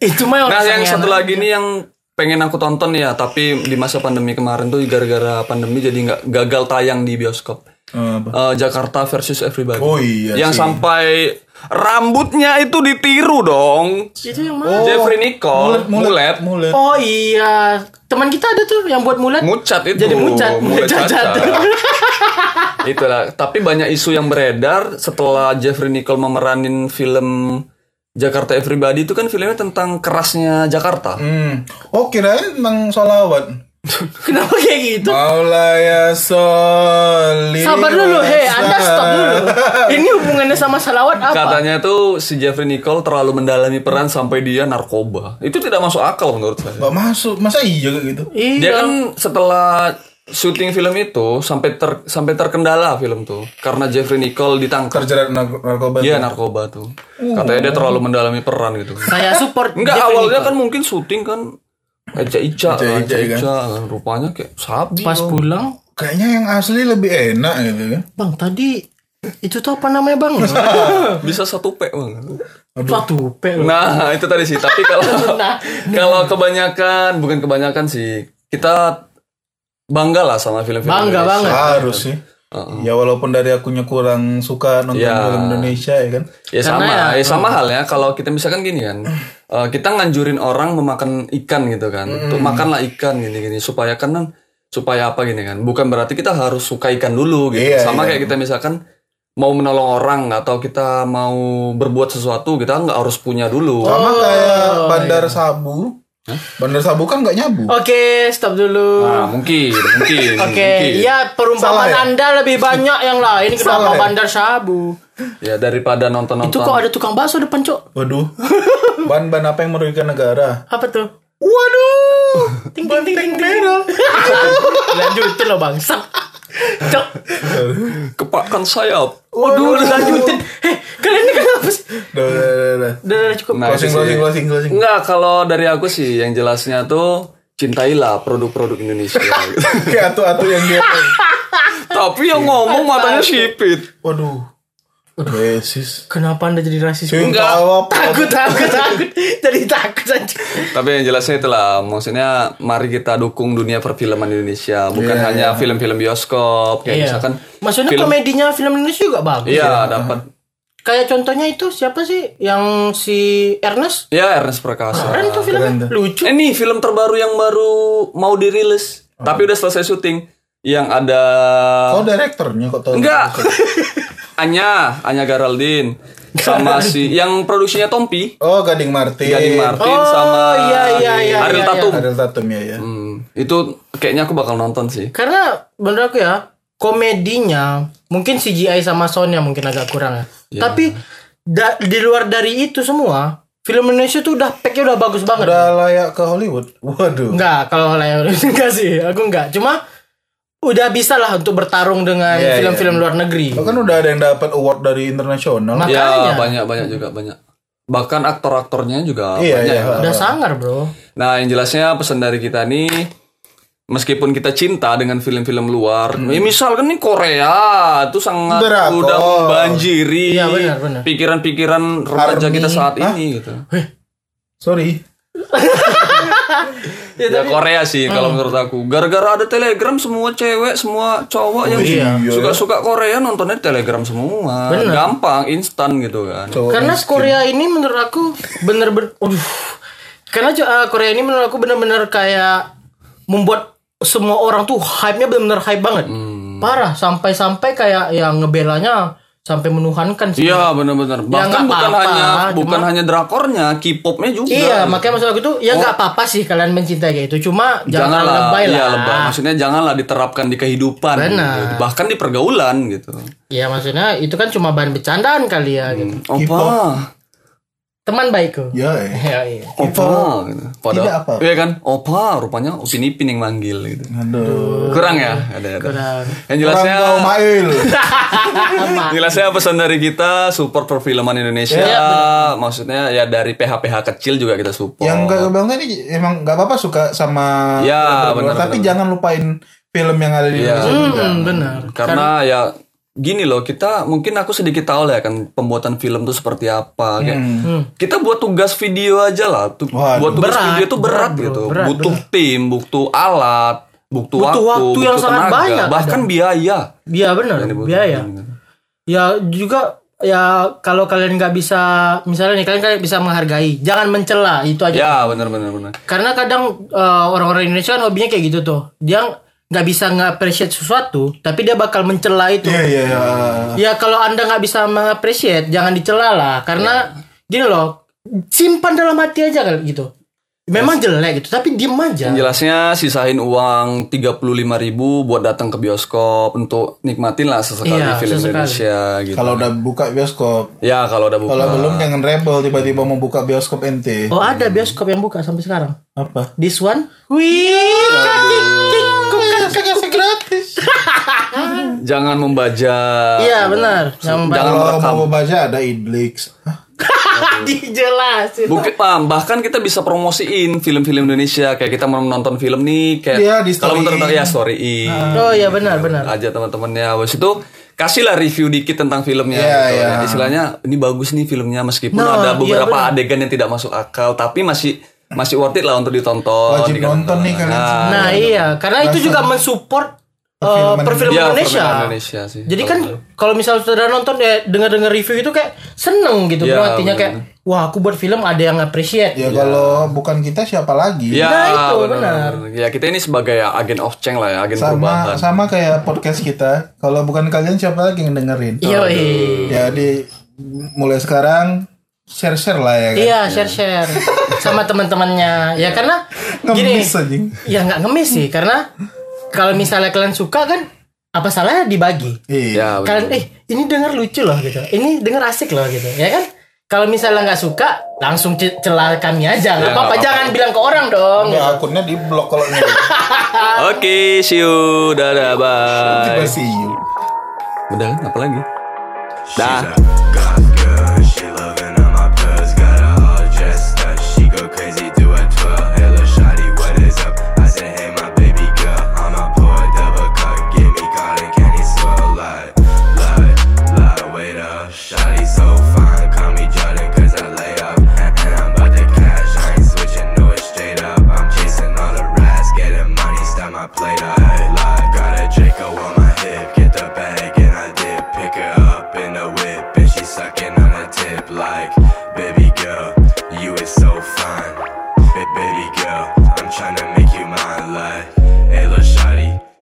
Itu mah orang
nah yang
sangean.
satu lagi nih yang pengen aku tonton ya tapi di masa pandemi kemarin tuh gara-gara pandemi jadi nggak gagal tayang di bioskop
Eh, apa?
Eh, Jakarta versus Everybody
Oh iya
yang
sih.
sampai rambutnya itu ditiru dong
Itu yang
Oh.
mana?
Jeffrey Nicole mulet,
mulet, mulet.
Oh iya Teman kita ada tuh Yang buat mulet
mucat itu
Jadi mucat,
mulet
cacat.
cacat. Itulah, tapi banyak isu yang beredar setelah Jeffrey Nicole memeranin film Jakarta Everybody itu kan filmnya tentang kerasnya Jakarta.
Hmm. Oh, kirain tentang sholawat.
Kenapa kayak gitu?
Maula ya sholli.
Sabar dulu,
iya.
hei, anda stop dulu. Ini hubungannya sama salawat apa?
Katanya tuh si Jeffrey Nicole terlalu mendalami peran sampai dia narkoba. Itu tidak masuk akal menurut saya.
Gak masuk, masa iya kayak gitu?
Dia
Iya.
kan setelah syuting film itu sampai ter- sampai terkendala film tuh karena Jeffrey Nicole ditangkap.
Terjerat nar- narkoba.
Iya.
Dia narkoba tuh.
Uh.
Katanya dia terlalu mendalami peran gitu.
Saya support.
Enggak
Jeffrey
awalnya
Nicole.
kan mungkin syuting kan eca-ica
Eca-ica, kan?
lah, eca-ica kan. rupanya kayak sabi.
pas pulang,
Kayaknya yang asli lebih enak gitu kan.
bang tadi itu tuh apa namanya bang?
Bisa satu pek bang.
Waktu pe.
Nah itu tadi sih. Tapi kalau
Nah,
kalau kebanyakan bukan kebanyakan sih kita bangga lah sama film-film
Iya.
Bangga
Indonesia.
banget.
Harus sih. Ya walaupun dari akunya kurang suka nonton
Ya.
film Indonesia ya kan.
Ya sama,
Karena
ya, sama hal ya. Kalau kita misalkan gini kan, eh, kita nganjurin orang memakan ikan gitu kan, untuk makanlah ikan gini-gini supaya kan kan- supaya apa gini kan. Bukan berarti kita harus suka ikan dulu gitu.
Iya,
sama
iya.
kayak kita misalkan mau menolong orang atau kita mau berbuat sesuatu kita nggak harus punya dulu.
Sama kayak Bandar Sabu. Bandar Sabu kan nggak nyabu.
Oke, stop dulu.
Nah, mungkin,
Oke,
mungkin, mungkin.
ya perumpamaan
Salah ya?
anda lebih banyak yang lain kenapa
Salah ya?
bandar sabu?
Ya daripada nonton-nonton.
Itu kok ada tukang bakso depan cok?
Waduh. Ban-ban apa yang merugikan negara?
Apa tuh?
Waduh.
Ting ting ting ting. Lanjutin loh bangsat. Cok,
kepakan sayap.
waduh lanjutin. Heh, kalian ini kenapa sih?
Duh, duh, duh, duh.
Udah, udah, cukup.
Nah, itu
Closing,
sih.
closing, closing, closing.
Enggak, kalau dari aku sih yang jelasnya tuh cintailah produk-produk Indonesia. gitu.
Kayak atu-atu yang dia.
Tapi
Iya.
yang ngomong matanya sipit.
Waduh. Besis.
Kenapa anda jadi rasis?
Enggak.
Takut, takut, takut. Jadi takut aja.
Tapi yang jelasnya itulah, maksudnya mari kita dukung dunia perfilman Indonesia, bukan
Iya,
hanya film-film bioskop
Iya.
kayak misalkan.
Maksudnya
film-
komedinya film Indonesia juga bagus.
Iya, dapat.
Kayak contohnya itu siapa sih yang si Ernest?
Ya Ernest Prakasa.
Keren tuh filmnya.
Ah, keren tuh.
Lucu.
Eh, Ini film terbaru yang baru mau dirilis, tapi udah selesai syuting. Yang ada
Oh, direkturnya kok tahu?
enggak? Anya, Anya Geraldine sama si yang produksinya Tompi,
Oh, Gading Martin.
Gading Martin
Oh,
sama
iya, iya, iya,
Ariel
iya,
Tatum.
Ariel Tatum ya ya.
Hmm, itu kayaknya aku bakal nonton sih.
Karena menurut aku ya, komedinya mungkin CGI sama soundnya mungkin agak kurang ya.
Iya.
Tapi da- di luar dari itu semua, film Indonesia tuh udah packnya udah bagus banget.
Udah layak ke Hollywood. Waduh.
Enggak, kalau layak enggak sih, aku enggak. Cuma udah bisa lah untuk bertarung dengan
Iya,
film-film luar negeri.
Lo kan udah ada yang dapat award dari internasional.
Mak-
Ya
Makanya.
banyak banyak juga banyak. Bahkan aktor-aktornya juga
Iya,
banyak.
iya.
Udah sangar, Bro.
Nah yang jelasnya pesan dari kita nih, meskipun kita cinta dengan film-film luar,
Hmm.
ya misal kan ini Korea itu sangat
Drakor.
udah membanjiri
Iya, benar, benar.
pikiran-pikiran remaja
Army.
kita saat
Hah?
ini gitu.
Sorry.
ya, Korea sih
Hmm.
kalau menurut aku. Gara-gara ada Telegram semua cewek, semua cowok yang
Oh, iya.
suka-suka Korea nontonnya di Telegram semua. Gampang, instan gitu kan.
Karena Korea ini menurut aku bener-bener Aduh. Karena eh, Korea ini menurut aku bener-bener kayak membuat semua orang tuh hype-nya bener-bener hype banget.
Hmm.
Parah sampai-sampai kayak yang ngebelanya sampai menuhankan sih.
Iya benar-benar. Bahkan
Ya, nggak
bukan
apa-apa,
hanya bukan
cuma-
hanya drakornya, K-popnya juga.
Iya, makanya maksud aku tuh ya nggak apa-apa sih kalian mencintai kayak itu. Cuma jangan,
Oh. janganlah
lebay lah.
iya, lebay. maksudnya janganlah diterapkan di kehidupan
Benar.
gitu. bahkan di pergaulan gitu
Iya, maksudnya itu kan cuma bahan bercandaan kali ya gitu.
opa Hmm.
Teman baikku.
Ya, eh.
Ya, iya.
opa gitu. pada
Tidak apa.
iya kan opa rupanya upin ipin yang manggil gitu
aduh.
kurang ya ada ada
Kurang.
yang
Orang
jelasnya
kau mail.
Jelasnya pesan dari kita support perfilman Indonesia.
Iya,
Maksudnya ya dari PH-PH kecil juga kita support.
Yang gak banget ini emang gak apa-apa suka sama
Oh. Ya,
film berdua,
benar,
tapi jangan lupain film yang ada di
Iya.
Indonesia.
Hmm, benar.
Karena ya gini loh, kita mungkin aku sedikit tahu lah ya kan pembuatan film tuh seperti apa. Kayak kita buat tugas video aja lah, tu-
Waduh.
buat tugas
Hmm. Berat,
video tuh berat, gitu, butuh tim, butuh alat,
Butuh
butuh, waktu,
waktu yang
butuh
sangat
tenaga,
banyak
bahkan biaya.
Iya benar, biaya. Ya juga ya kalau kalian nggak bisa misalnya nih kalian kayak bisa menghargai, jangan mencela itu aja.
Ya benar-benar benar.
Karena kadang eh, orang-orang Indonesia kan hobinya kayak gitu tuh. Dia nggak bisa nge-appreciate sesuatu, tapi dia bakal mencela itu.
Iya, iya, iya.
Ya kalau Anda nggak bisa mengapresiasi, jangan dicela lah karena gini loh, simpan dalam hati aja kali gitu. Memang jelek gitu, tapi diem aja.
Iya. Jelasnya sisain uang 35.000 buat datang ke bioskop untuk nikmatin lah sesekali
Iya,
film
sesekali.
Indonesia gitu.
Kalau udah buka bioskop,
ya kalau udah buka.
kalau belum jangan rebel tiba-tiba mau buka bioskop ente.
Oh ada bioskop yang buka sampai sekarang.
Apa?
This one? Iya, Wih, kaki
Ya, gratis.
Jangan membaca.
Iya benar. Yang
Jangan
Kalau
merekam.
mau baca ada Idlix. Hah?
dijelasin.
Bukti paham, bahkan kita bisa promosiin film-film Indonesia kayak kita mau nonton film nih kayak
Iya, di
kalau
storyin. Ah.
menonton ya storyin
Oh iya benar benar.
aja teman-temannya habis itu kasihlah review dikit tentang filmnya
Iya,
gitu.
iya.
Nah, istilahnya ini bagus nih filmnya meskipun
Nah,
ada
iya,
beberapa
benar.
adegan yang tidak masuk akal tapi masih masih worth it lah untuk ditonton
Wajib
dikatakan.
nonton nih kan? kalian semua.
Nah iya, karena itu juga mensupport uh,
Perfilman
perfilman
Iya,
Indonesia.
perfilman Indonesia sih.
Jadi kan kalau misalnya saudara nonton ya dengar-dengar review itu kayak seneng gitu.
Iya,
Bro, artinya kayak
benar.
wah aku buat film ada yang appreciate.
Ya kalau bukan kita siapa lagi?
ya
Nah, itu,
benar, benar. ya kita ini sebagai ya, agen of change lah ya agen
Sama
perubahan
sama kayak podcast kita. Kalau bukan kalian siapa lagi yang dengerin?
Iya, wih.
Jadi mulai sekarang share-share lah ya. Kan?
iya share-share sama teman-temannya. Ya karena gini,
Ngemis anjing.
ya nggak ngemis sih karena kalau misalnya kalian suka kan apa salahnya dibagi.
Iya.
ya benar.
kalian eh ini dengar lucu loh gitu ini dengar asik loh gitu ya kan kalau misalnya nggak suka langsung ce- celah kami aja nggak
Ya,
apa-apa
nggak
jangan bilang ke orang dong
Ya, akunnya di blok kalau ini.
oke see you dadah bye
Tiba see you.
Udah kan? Apa lagi? Dah.
Got girl, she loving